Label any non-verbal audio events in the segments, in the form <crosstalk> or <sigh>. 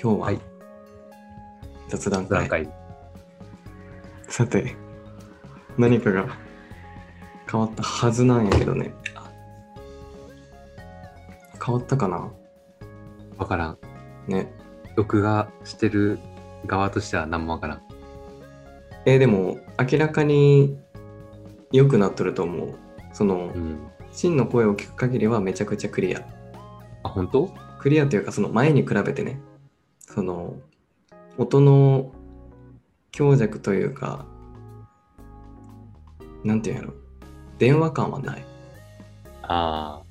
今日ははい雑談会,、段階。さて何かが変わったはずなんやけどねあ変わったかなわからん。ね録画してる側としては何もわからん。えーでも明らかに良くなっとると思うそのうん。真の声を聞く限りはめちゃくちゃクリアあ、本当クリアというかその前に比べてねその音の強弱というかなんていうんやろ電話感はないああ。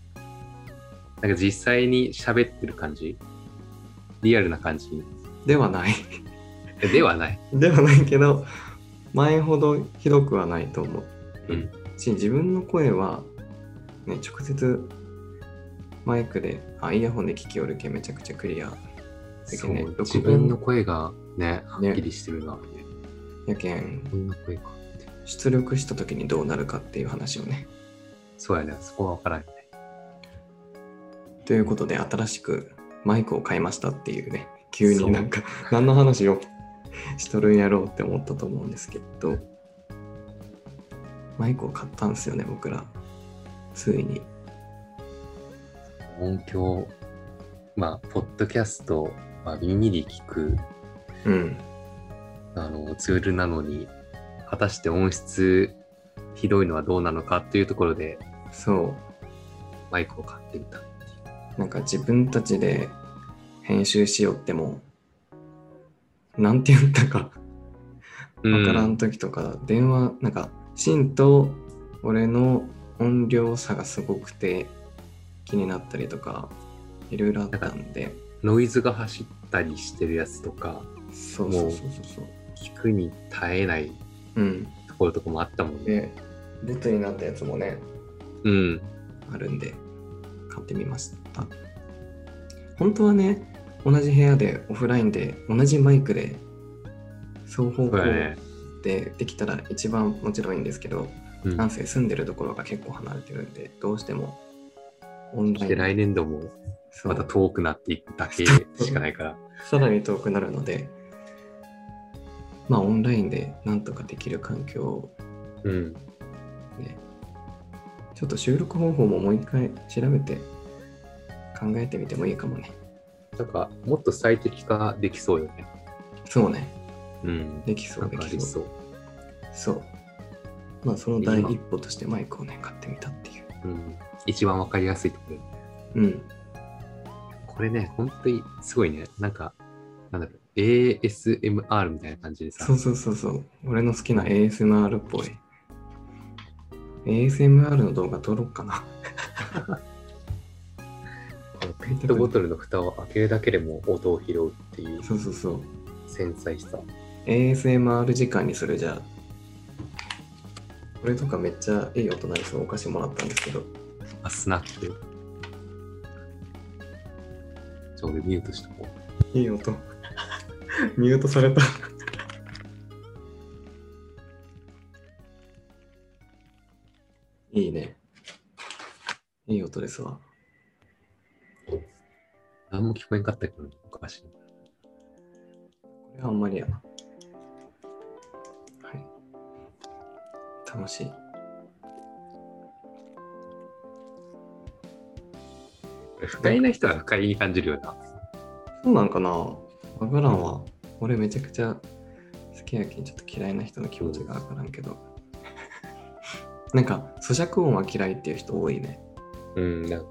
なんか実際に喋ってる感じリアルな感 <laughs> じではない <laughs> えではない。ではないけど前ほどひどくはないと思う、うんし自分の声は、ね、直接マイクであイヤホンで聞きよるけめちゃくちゃクリアだけそどねう。録音自分の声がね、はねっきりしてるな。やけんこんな声か。出力した時にどうなるかっていう話をねそうやね。そこはわからんよね。ということで新しくマイクを買いましたっていうね急になんか何の話をしとるんやろうって思ったと思うんですけどマイクを買ったんですよね僕らついに音響、まあ、ポッドキャスト、まあ、耳で聞くうんあのツールなのに果たして音質ひどいのはどうなのかっていうところでそマイクを買ってみたうなんか自分たちで編集しよってもなんて言ったかう分からん時とか、電話なんかシンと俺の音量差がすごくて気になったりとかいろいろあったんでノイズが走ったりしてるやつとかそうそうそうそうそう聞くに耐えないうんところとかもあったもんねでボツになったやつもねうんあるんで買ってみました本当はね同じ部屋でオフラインで同じマイクで双方そう向やねでできたら一番もちろんいいんですけど、うんなんせ住んでるところが結構離れてるんで、どうしてもオンライでン来年度もそうまた遠くなっていくだけしかないからさらに遠くなるので、まあオンラインでなんとかできる環境をうんね、ちょっと収録方法ももう一回調べて考えてみてもいいかもね。なんかもっと最適化できそうよねそうね、うんできそなう、んでかあきりそう。そうそう。まあその第一歩としてマイクをね、買ってみたっていう。うん一番わかりやすいところうん。これね、本当にすごいね。なんか、なんだろう、ASMR みたいな感じでさ、そうそうそうそう。俺の好きな ASMR っぽい。ASMR の動画撮ろうかな。あのペットボトルの蓋を開けるだけでも音を拾うっていうそうそうそう。繊細さ。 ASMR 時間にするじゃあ。これとかめっちゃいい音なりそう。お菓子もらったんですけど。あ、スナック。ちょ、俺ミュートしとこう。いい音。 <laughs> ミュートされた。いいね。いい音ですわ。何も聞こえんかったけど、おかしい。これはあんまりやな。はい。楽しい。これ不快な人は不快に感じるよな。そうなんかなわからんわ。俺めちゃくちゃ好きやけん、ちょっと嫌いな人の気持ちがわからんけ <laughs> ど。なんか、咀嚼音は嫌いっていう人多いね。うん、なんか、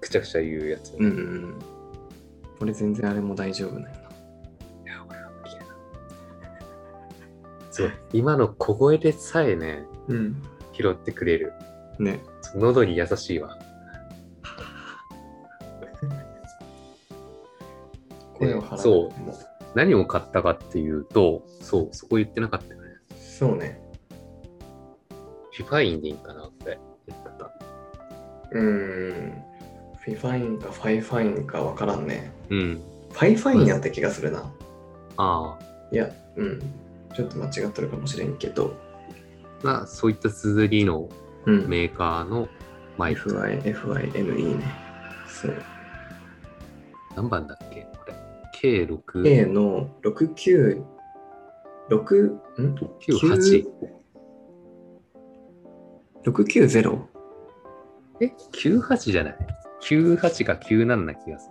くちゃくちゃ言うやつ。うんうんうん。俺全然あれも大丈夫なんやな。そう。今の小声でさえね、うん。拾ってくれる。ね。喉に優しいわ。声を払う。そうも何を買ったかっていうと、そう、そこ言ってなかったよね。そうね。フィファインでいいんかなって言ってた。うーん。フィファインかファイファインかわからんね。うん。ファイファインやった気がするな。あいや、うん。ちょっと間違ってるかもしれんけど。あ。まあ、そういった綴りのうん。メーカーのマイク。 FIFINE ね。そう。何番だっけこれ。 A K6、の69、6、ん98。 690え ?98 じゃない ?98 か97な気がす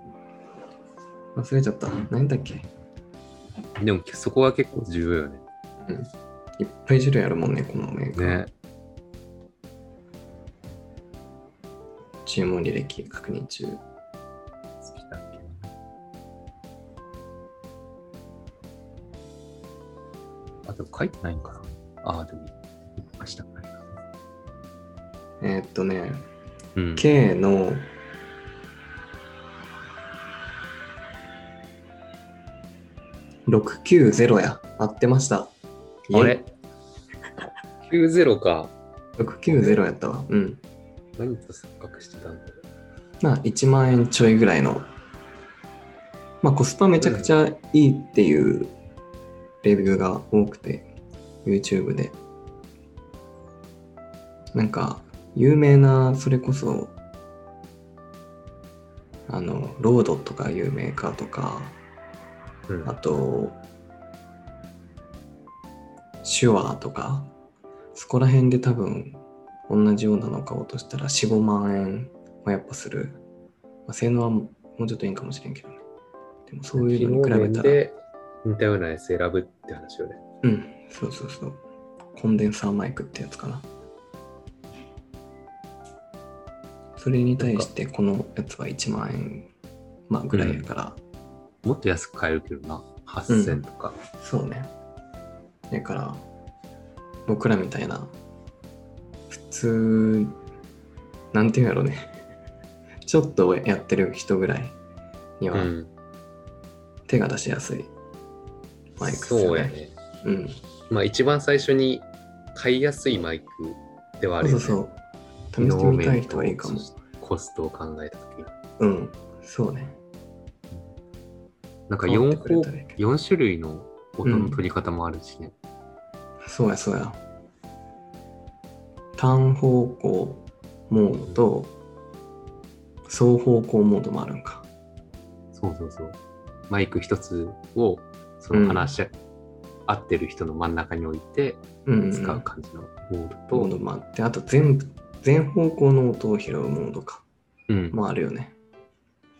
忘れちゃった。何だっける。でもそこは結構重要よね。いっぱい種類あるもんね、このメーカー。ね。注文履歴確認中。あ、でも書いてないんかな。あ、でも、明日くらいな。えーっとね、うん。 K の690や。合ってました。イェイあれ ?90 か。 690やったわ。うん。何と錯覚してたんだろう。まあ、1万円ちょいぐらいの。まあ、コスパめちゃくちゃいいっていうレビューが多くて、YouTube で。なんか、有名な、それこそ、あの、ロードとか有名かとか、うんあと、手話とか、そこら辺で多分、同じようなのを買おうとしたら4、5万円はやっぱする。まあ、性能はもうちょっといいんかもしれんけどね。でもそういうのに比べた機能面ら、で似たようなやつ選ぶって話よね。うん、そうそうそう。コンデンサーマイクってやつかな。それに対してこのやつは1万円、まあ、ぐらいやから、もっと安く買えるけどな。8000とか。そうね。だから、僕らみたいな、普通、なんていうんやろね。 <laughs> ちょっとやってる人ぐらいにうはん。手が出しやすいマイクっすそうよやね。ね。うん。まあ一番最初に買いやすいマイクではあるそうよね。そうそう。試してみたい人はいいかも。コストを考えたときに。うん。そうね。なんか変わって4くれ方たらいいけど四種類の音の取り方もあるしね。そうやそうや。単方向モードと双方向モードもあるんか。そうそうそう。マイク一つを、その話し合ってる人の真ん中に置いてうんうん、使う感じのモーモードドと、もあって、あと全部、全方向の音を拾うモードか。うん。もあるよね。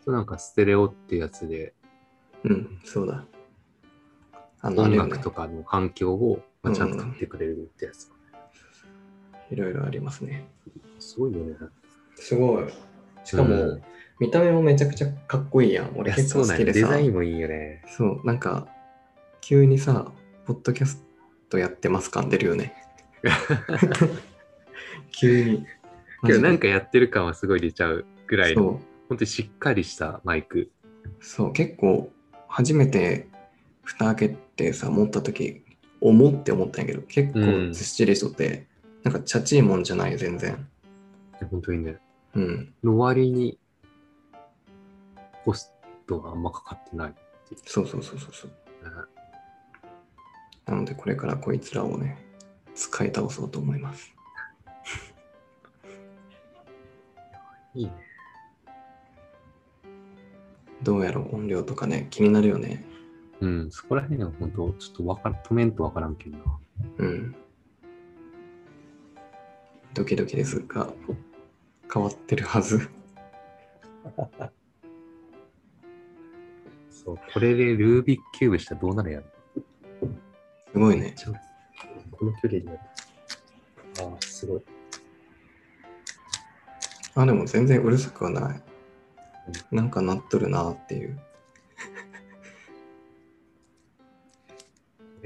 となんかステレオってやつで、うん、そうだ。あの、あ音るよ楽ねと。かの反響をまあちゃんと取ってくれるってやつ。いろいろありますね。すごいよね。すごい。しかも、うん見た目もめちゃくちゃかっこいいやん。俺いや結そ構うな好んきよでデさザ。インもいいよね。そう、なんか、急にさ、ポッドキャストやってます感出るよ <laughs> ね。急に。けどなんかかやってる感はすごい出ちゃうぐらいその、う。本当にしっかりしたマイク。そう結構初めて蓋開けてさ持った時重って思ったんやけど結う構んずっしりしとって、なんかチャチいもんじゃない全然本当にね。うんの割に、コストがあんまかかってない。そうそうそうそうそうなのでこれからこいつらをね使い倒そうと思いますいいね。どうやら音量とかね気になるよねうん、そこら辺が本当、ちょっとわからん、止めんとわからんけどな。うんドキドキですが変わってるはずそう、これでルービックキューブしたらどうなるやろ。すごいねちょこの距離になる。ああ、すごい。あでも全然うるさくはないなんかなっとるなっていう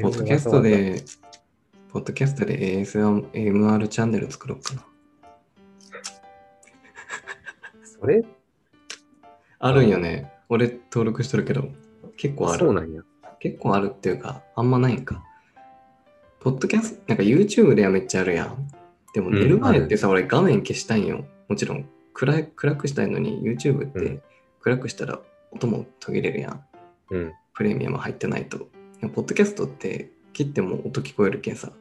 ポッドキャスト。で、ポッドキャストで ASMR チャンネル作ろうかな。それあるんよね。俺登録しとるけど、結構あそうる。なんや。結構あるっていうか、あんまないんか。ポッドキャスト、なんか YouTube ではめっちゃあるやん。でもうん寝る前ってさ、俺画面消したいんよ。もちろん暗い暗くしたいのに YouTube っうてん暗くしたら音も途切れるやん。うん。プレミアム入ってないと。でもポッドキャストって切っても音聞こえるけんさ。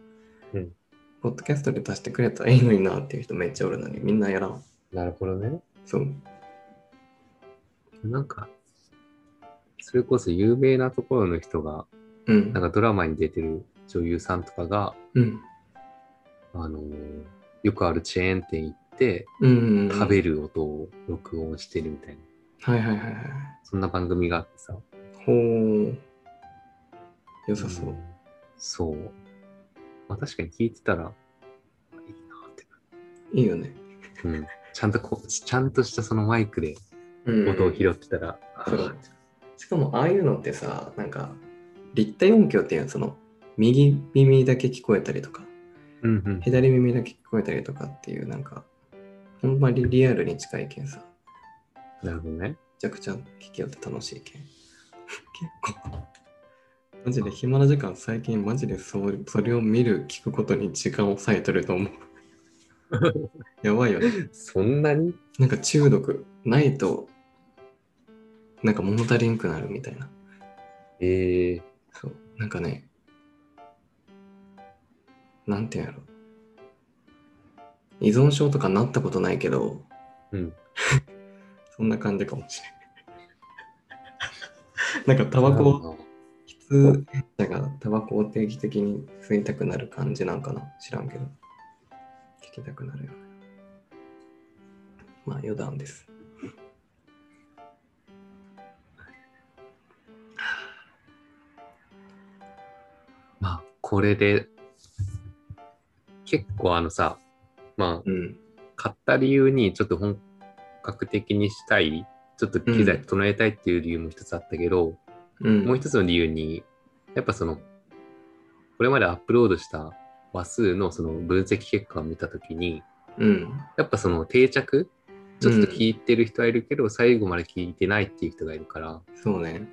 うんポッドキャストで足してくれたらいいのになっていう人めっちゃおるのにみんなやらん。なるほどね。そう。なんか、そそれこそ有名なところの人が、うん。なんかドラマに出てる女優さんとかが、うん。あのーよくあるチェーン店行って、うんうん。食べる。る音を録音してるみたいな、はいはいはいはい。そんな番組があってさ。ほう。良さそうう。んそう。まあ確かに聞いてたら、いいなって。いいよね。うん。ちゃんとこう、ちゃんとしたそのマイクでうん音を拾ってたら、あそうーしかもああいうのってさ、なんか、立体音響っていうのはその、右耳だけ聞こえたりとか、うんうん。左耳だけ聞こえたりとかっていう、なんか、ほんまにリアルに近いけんさ、めなるほどね。ちゃくちゃ聞きよって楽しいけん。 <laughs> 結構。マジで暇な時間、最近マジでそうそれを見る、聞くことに時間を割いてると思う。 <laughs> やばいよね。そんなになんか中毒ないと、なんか物足りんくなるみたいな。ええそう。なんかね、なんていうんやろ。依存症とかなったことないけど、うん。 <laughs> そんな感じかもしれん。 <laughs> なんかタバコを、喫煙者がタバコを定期的に吸いたくなる感じなんかな知らんけど。聞きたくなるよね。まあ余談です。まあ、これで、結構あのさ、まあ、うん。買った理由にちょっと本格的にしたい、ちょっと機材整えたいっていう理由も一つあったけど、うん。もう一つの理由に、やっぱその、これまでアップロードした話数のその分析結果を見たときに、うん。やっぱその定着、ちょっと聞いてる人はいるけど、最後まで聞いてないっていう人がいるから、そうね。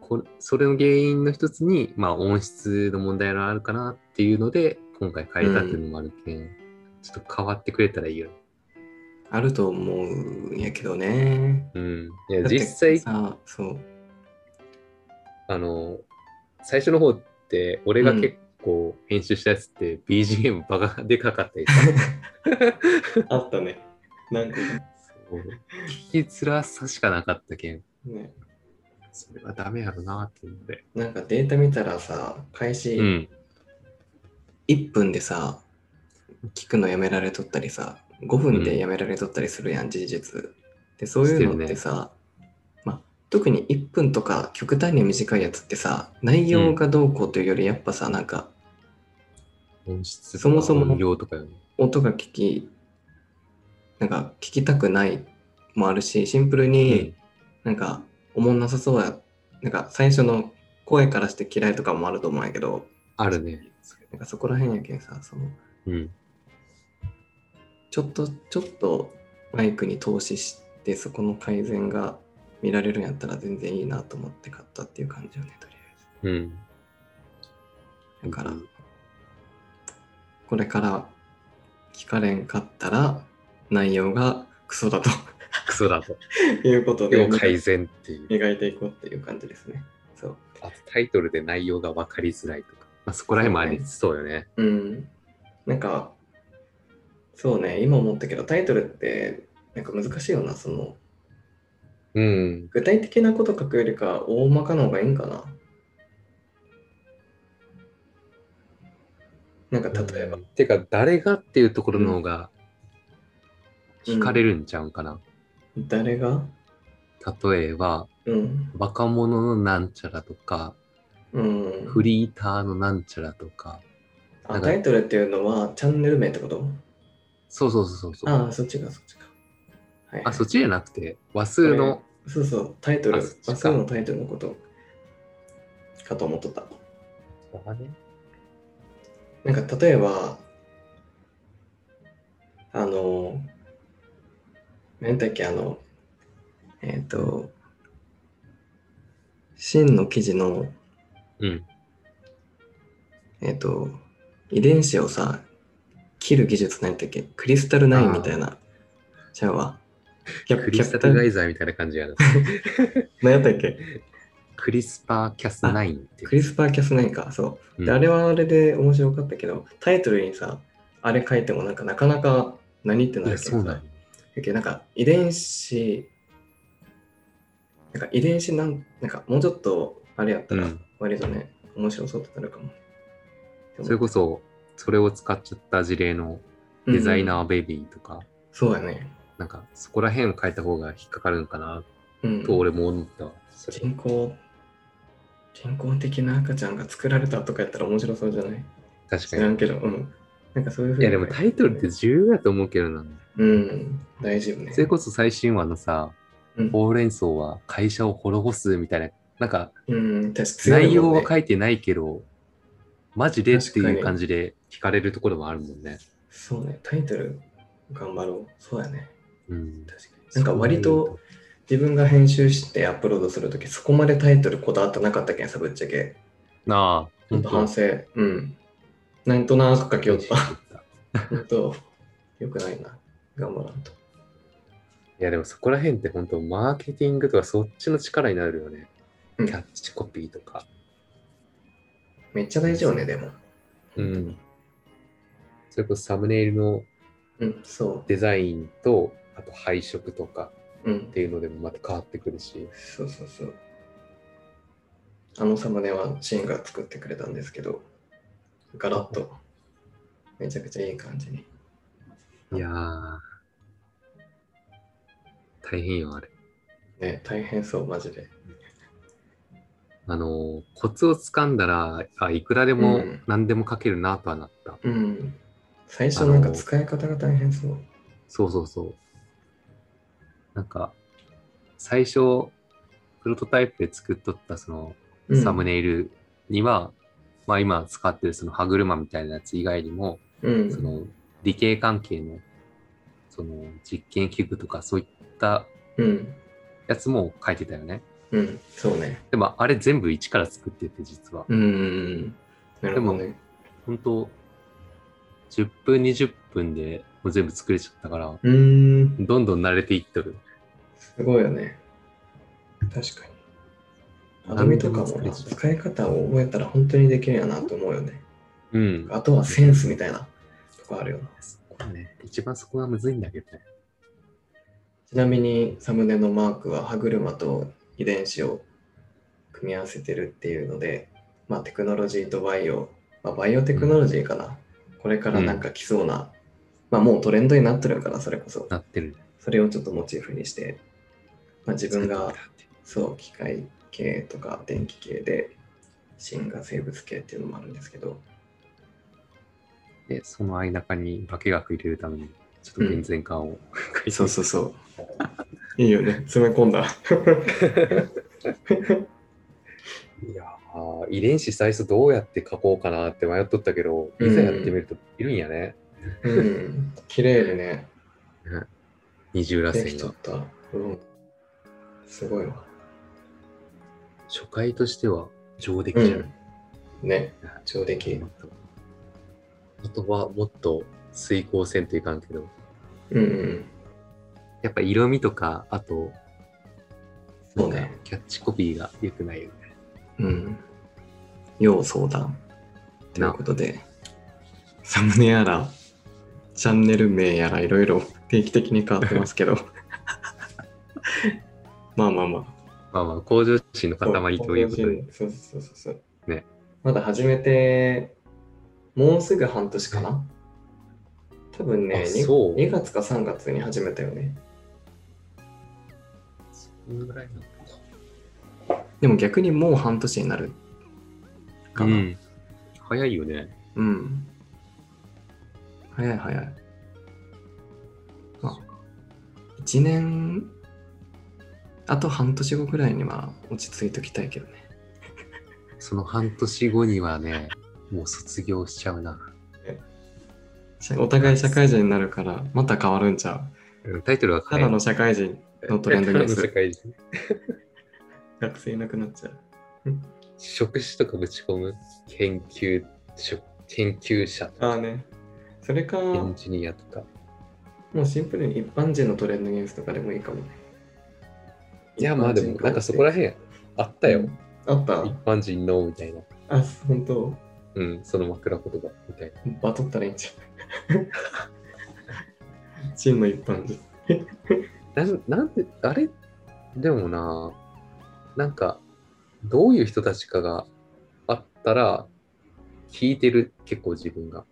これそれの原因の一つに、まあ、音質の問題があるかなっていうので今回変えたっていうのもあるけん、ちょっと変わってくれたらいいよね。あると思うんやけどね。うん、いやだって実際さそう。あの最初の方って俺が結構編集したやつって BGM バカでかかったりさあったね。なんかそう聞きづらさしかなかったけんね、それはダメやろなっていうので、なんかデータ見たらさ、開う始ん、 1分でさ、聞くのやめられとったりさ、5分でやめられとったりするやん、事実。で、そういうのってさ、まあ、特に1分とか極端に短いやつってさ、内容がどうこうというより、やっぱさ、なんか音質そともかそも音量とかよね。音が聞き、なんか聞きたくないもあるし、シンプルに、なんか、おもんなさそうや。なんか、最初の声からして嫌いとかもあると思うんやけど、あるね。なんかそこら辺やけんさ、その、うん、ちょっと、ちょっとマイクに投資して、そこの改善が見られるんやったら全然いいなと思って買ったっていう感じよね、とりあうん、えず。だからうん、これから聞かれんかったら、内容がクソだとクソだと。いうことで要、改善っていう。磨いていこうっていう感じですね。そう。あとタイトルで内容が分かりづらいとか、まあ、そこら辺もありそうよね。うん。なんか、そうね、今思ったけど、タイトルって、なんか難しいよな、その、うん。具体的なこと書くよりか、大まかの方がいいんかな。なんか、例えば、てか、誰がっていうところの方が惹かれるんちゃうんかな。誰が例えば、うん。若者のなんちゃらとか、うん。フリーターのなんちゃらとか、あ、タイトルっていうのは、チャンネル名ってことそうそうそうそう。ああ、そっちか、そっちか。はい。あそっちじゃなくて、和数の、そうそう、タイトル、ああそっちかそうのタイトルのこと、かと思っとった。なんか例えば、あの、何だっけ、あの、えっ、と、真の記事の、うん。えっ、と、遺伝子をさ、切る技術なんだっけ、クリスタルナインみたいな、ちゃうわ。キャクプキリャスプタタルガー、イザーみたいな感じやな。何やったっけ、クリスパーキャス9って。クリスパーキャスナインか、そう。うんであれはあれで面白かったけど、タイトルにさ、あれ書いてもなんかなかなか何っていなるや、けそどうなさんよ、だけどなんか遺伝子なんか遺伝子なん、なんかもうちょっとあれやったうら、ん、割とね、面白そうってなるかも。それこそそそれを使っちゃった事例のデザイナーー。ベビーとか、そうやね。なんかそこら辺を変えた方が引っかかるのかなうん。と俺も思ったわそれ人工、人工的な赤ちゃんが作られたとかやったら面白そうじゃない確知からにんけど、うん。なんかそういうふういに。やでもタイトルって重要だと思うけどなうん、大事よね。それこそ最新話のさうんほうれん草は会社を滅ぼすみたいななんかうん、確かに、内容はね、書いてないけどマジでって確かいにう感じで聞かれるところもあるもんねそうね、タイトル頑張ろう。そうやね。うん確かに。なんか割と自分が編集してアップロードするとき、そこまでタイトルこだわってなかったけんさ、ぶっちゃけ。なあちょっと反省。うん。なんとなく書きよ <laughs> った。 <laughs> うんと、よくないな。頑張らんと。いやでもそこら辺って本当マーケティングとかそっちの力になるよね。うんキャッチコピーとか。めっちゃ大事よね、でも。うん。それこそサムネイルのうん、そデザインと、あと配色とかう。うんっ。ていうのでもまた変わってくるし。そうそうそう。あのサムネはシーンが作ってくれたんですけど、ガラッと、めちゃくちゃいい感じに。いやー。大変よ、あれ。ね、大変そう、マジで。あのーコツをつかんだら、あ、いくらでもうん何でも書けるなとはなった。うん。最初なんか使い方が大変そう。そうそうそう。なんか、最初、プロトタイプで作っとったそのうんサム。ネイルには、まあ今使ってるその歯車みたいなやつ以外にも、うん。その理系関係のその実験器具とかそういったうん。やつも書いてたよね。うん。そうね。でもあれ全部一から作ってて実は。うんうんうん。なるほどね。本当10分20分でもう全部作れちゃったから、うーん。どんどん慣れていっとる。すごいよね。確かに。アドビとかもな使い方を覚えたら本当にできるやなと思うよね。うん。あとはセンスみたいなとこあるよな。そこはね、一番そこがむずいんだけどね。ちなみにサムネのマークは歯車と遺伝子を組み合わせてるっていうので、まあ、テクノロジーとバイオ、まあ、バイオテクノロジーかな、これからなんか来そうな、まあもうトレンドになってるからそれこそなってる。それをちょっとモチーフにして、まあ、自分が作ってきたってそう機械系とか電気系で芯が生物系っていうのもあるんですけどで、その間中に化学入れるために、ちょっと健全化を、そうそうそういいよね詰め込んだいやー遺伝子最初どうやって書こうかなって迷っとったけど、いざやってみるといるんやね。うん綺麗でね二重らせできんちゃっが。たうんすごいわ初回としては上出来うじゃない、んね上出来あとはもっと水光線といかんけど、うんうんやっぱ色味とか、あと、そうなんねかキャッチコピーが良くないよね。うん要相談ということでサムネやらチャンネル名やらいろいろ定期的に変わってますけ <laughs> どまあまあまあまあまあ、向上心の塊ということで。そうそうそうそうそう。ね。まだ始めて、もうすぐ半年かな。多分ね、あにそう 2, 月か3月に始めたよね。そんぐらいなのかでも逆にもう半年になるかうな。ん。早いよね。うん。早い早い。まあ、1年、あと半年後くらいには落ち着いときたいけどね。その半年後にはね、もう卒業しちゃうな。社お互い社会人になるから、また変わるんちゃううんタイトルはた変えだの社会人のトレンドにす世る。界人学生いなくなっちゃう。 <laughs> 職種とかぶち込む研究職研究者とかああね。それか、エンもジニアとかうシンプルに一般人のトレンドニュースとかでもいいかもね。いやまあでもなんかそこへらん辺あったよ、。あった一般人のみたいなあ、本当うんその枕言葉みたいなバトったらいいん <laughs> ちゃう真の一般人。なんなんであれでもななんか、どういう人たちかがあったら、聞いてる、結構自分が。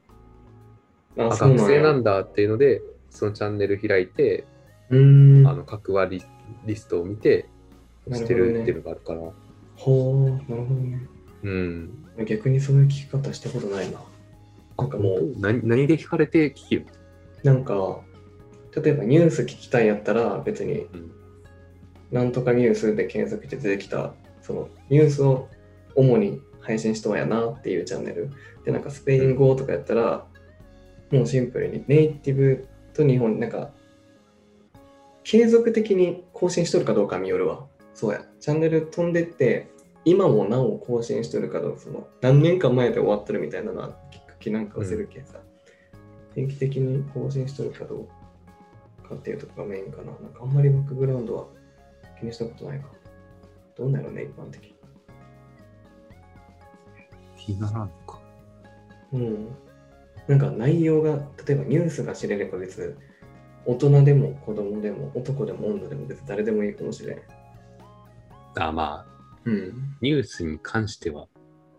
ああ、学生なんだ。だっていうので、そのチャンネル開いて、うーん。あの、各話リリストを見て、してるっていうのがあるから。ほう、なるほどね。うん。逆にそういう聞き方したことないな。なんかもうう、何何で聞かれて聞けるなんか、例えばニュース聞きたいやったら、別にうん、なんとかニュースで検索して出てきた、そのニュースを主に配信しとんやなっていうチャンネル。で、なんかスペイン語とかやったら、もうシンプルにネイティブと日本、なんか、継続的に更新しとるかどうかによるわ。そうや。チャンネル飛んでって、今もなお更新しとるかどうか、その何年か前で終わってるみたいなのは聞く気なんかをするけさ、定期的に更新しとるかどうかっていうとこがメインかな。なんかあんまりバックグラウンドは気にしたことないか。どうなのね、一般的に。気にならんのか。うん。なんか内容が、例えばニュースが知れれば別に、大人でも子供でも男でも女でも別に誰でもいいかもしれん。あ、まあ、うん。ニュースに関しては、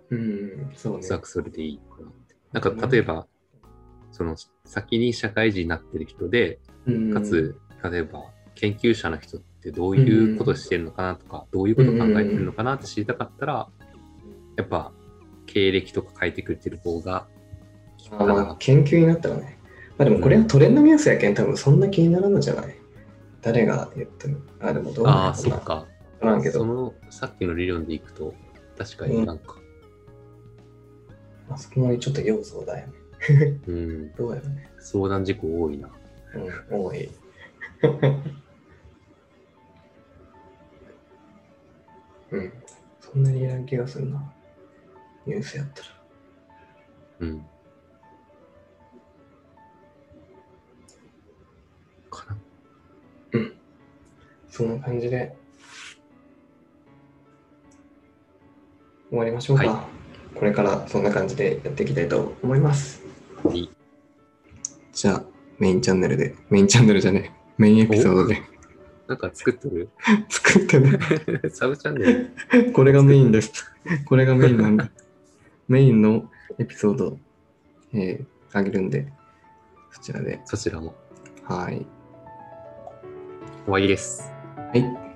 うん、そうねお。そらくそれでいいかなって。なんか、例えば、その、先に社会人になってる人で、うんかつ、例えば研究者の人ってどういうことしてるのかなとか、どういうこと考えてるのかなって知りたかったら、やっぱ経歴とか書いてくれてる方が聞くあかなまあ、研究になったらね。まあでもこれはトレンドニュースやけん、多分そんな気にならんのじゃない誰が言ってるあ、でもどうあなあ、のそかっか。な。わからんけそど。のさっきの理論でいくと、確かになんか、あそこもちょっと要素だよね。うん、どうやろね。相談事故多いな。うん、多い。 <laughs> うん、そんなにいらん気がするな。ニュースやったら。うん。かな。そんな感じで。終わりましょうか。はこれからそんな感じでやっていきたいと思います。いいじゃあ、メインチャンネルで、メインチャンネルじゃねえ、メインエピソードでなんか作ってる <laughs> <laughs> 作ってね。サブチャンネルこれがメインです。 <laughs> これがメインなんだ。メインのエピソード、えー、あげるんで、そちらで。そちらもはい。終わりです。はい。